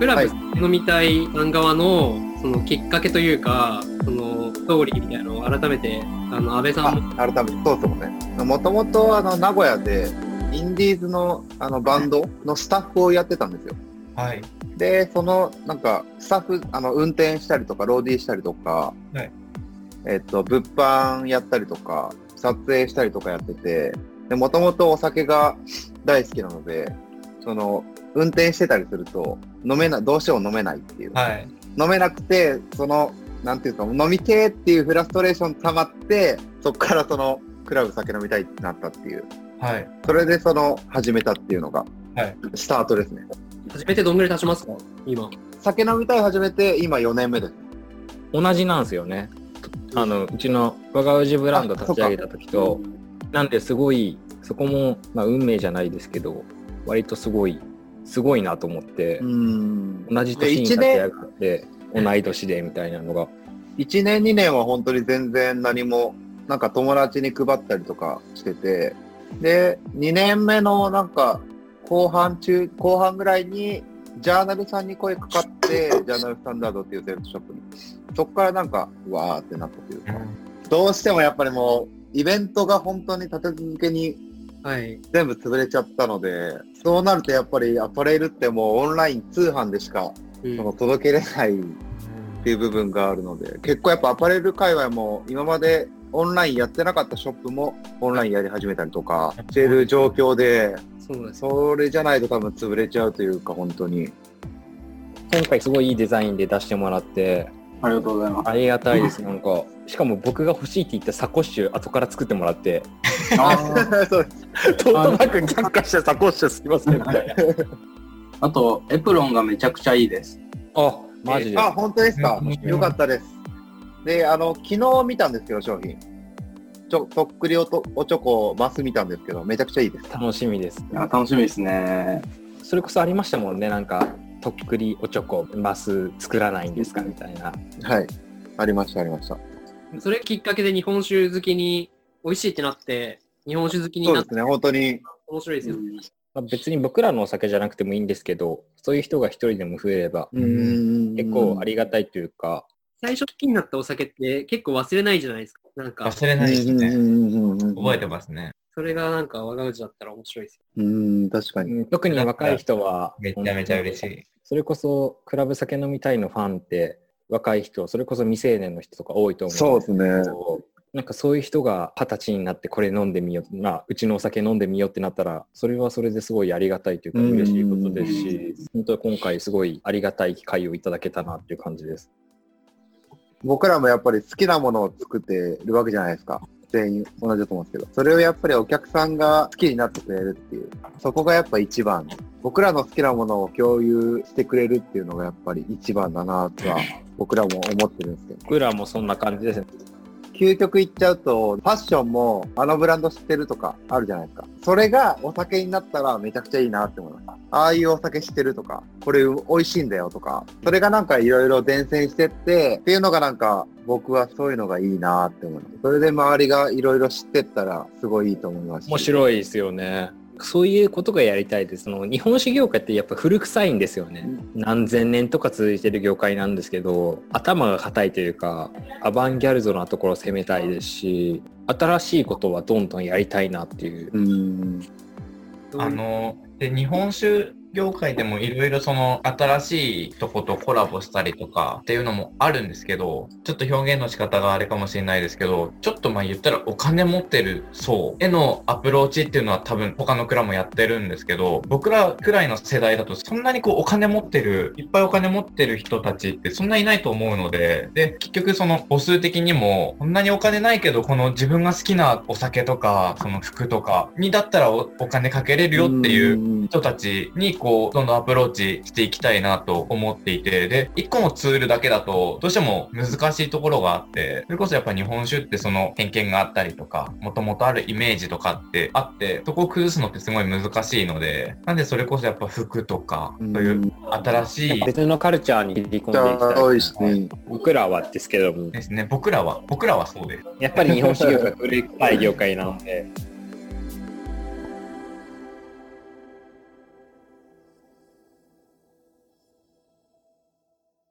ラブ飲みたいさん側のそのきっかけというか、そのストーリーみたいなのを改めて、あの安倍さんもあ改めてそうそうねもともとあの名古屋でインディーズのあのバンドのスタッフをやってたんですよはい。でそのなんかスタッフあの運転したりとかローディーしたりとか、はいえっと物販やったりとか撮影したりとかやっててでもともとお酒が大好きなのでその運転してたりすると飲めなどうしても飲めないっていう、はい。飲めなくてそのなんていうか飲みてーっていうフラストレーション溜まってそこからそのクラブ酒飲みたいってなったっていうはい。それでその始めたっていうのがはいスタートですね、初めてどんぐらい経ちますか今。酒飲みたい始めて今4年目です同じなんですよね。あの、うちの若氏ブランド立ち上げた時と、なんですごい、そこも、まあ、運命じゃないですけど、割とすごい、すごいなと思って、ん同じ年に立ち上がって、同い年でみたいなのが、 1年2年は本当に全然何もなんか友達に配ったりとかしててで2年目のなんか後半中後半ぐらいにジャーナルさんに声かかってジャーナルスタンダードっていうセールスショップにそこからなんかうわーってなったというかどうしてもやっぱりもうイベントが本当に立て続けにはい。全部潰れちゃったのでそうなるとやっぱりアパレルってもうオンライン通販でしかうんその届けれないっていう部分があるので結構やっぱアパレル界隈も今までオンラインやってなかったショップもオンラインやり始めたりとかしてる状況でそうです。それじゃないと多分潰れちゃうというか本当に今回すごいいいデザインで出してもらって、ありがとうございます。ありがたいです。なんか、しかも僕が欲しいって言ったサコッシュ、後から作ってもら って、あ そうですトートバッグに却下したサコッシュすいませんみたいな。あと、エプロンがめちゃくちゃいいです。 あ、マジで。あ本当ですかうんよかったですであの昨日見たんですけど商品ちょとっくりおとおちょこマス見たんですけどめちゃくちゃいいです楽しみです。いや楽しみですね。それこそありましたもんね、なんか、とっくりおちょこ、マス作らないんですかみたいな。はいありましたありましたそれきっかけで日本酒好きに、美味しいってなって、日本酒好きにそうなでってすね本当に面白いですよね。まあ別に僕らのお酒じゃなくてもいいんですけど、そういう人が一人でも増えれば、うん結構ありがたいというか、最初好きになったお酒って結構忘れないじゃないですか。なんか、忘れないですね。覚えててますね。それがなんか我が家だったら面白いですよ。うん確かにうん特に若い人は、めちゃめちゃ嬉い。しい。それこそ、クラブ酒飲みたいのファンって、若い人、それこそ未成年の人とか多いと思うんですけどそうですね。なんかそういう人が二十歳になってこれ飲んでみよう、まあ、うちのお酒飲んでみようってなったらそれはそれですごいありがたいというかうん嬉しいことですし本当に今回すごいありがたい機会をいただけたなっていう感じです。僕らもやっぱり好きなものを作ってるわけじゃないですか。全員同じだと思うんですけど、それをやっぱりお客さんが好きになってくれるっていう、そこがやっぱ一番。僕らの好きなものを共有してくれるっていうのがやっぱり一番だなとは、僕らも思ってるんですけど。僕らもそんな感じですね。究極言っちゃうと、ファッションもあのブランド知ってるとかあるじゃないですか。それがお酒になったらめちゃくちゃいいなって思います。ああいうお酒知ってるとか、これ美味しいんだよとか、それがなんかいろいろ伝染してって、っていうのがなんか僕はそういうのがいいなって思います。それで周りがいろいろ知ってったらすごいいいと思いますし。面白いですよね。そういうことがやりたいです。その日本酒業界ってやっぱ古臭いんですよね。何千年とか続いてる業界なんですけど、頭が硬いというか、アバンギャルドなところを攻めたいですし、新しいことはどんどんやりたいなっていう。うん。どういうあの、で、日本酒業界でもいろいろその新しいとことコラボしたりとかっていうのもあるんですけど、ちょっと表現の仕方があれかもしれないですけど、ちょっとまあ言ったらお金持ってる層へのアプローチっていうのは多分他の蔵もやってるんですけど、僕らくらいの世代だとそんなにこうお金持ってる、いっぱいお金持ってる人たちってそんないないと思うので、で、結局その母数的にも、こんなにお金ないけど、この自分が好きなお酒とか、その服とかにだったらおお金かけれるよっていううん。人たちにこうどんどんアプローチしていきたいなと思っていてで一個のツールだけだとどうしても難しいところがあってそれこそやっぱ日本酒ってその偏見があったりとかもともとあるイメージとかってあってそこを崩すのってすごい難しいのでなんでそれこそやっぱ服とかそういう新しい別のカルチャーに切じり込んでいきゃたあ、い美味しい。僕らはですけどもですね僕らは僕らはそうですやっぱり日本酒業界古い業界なので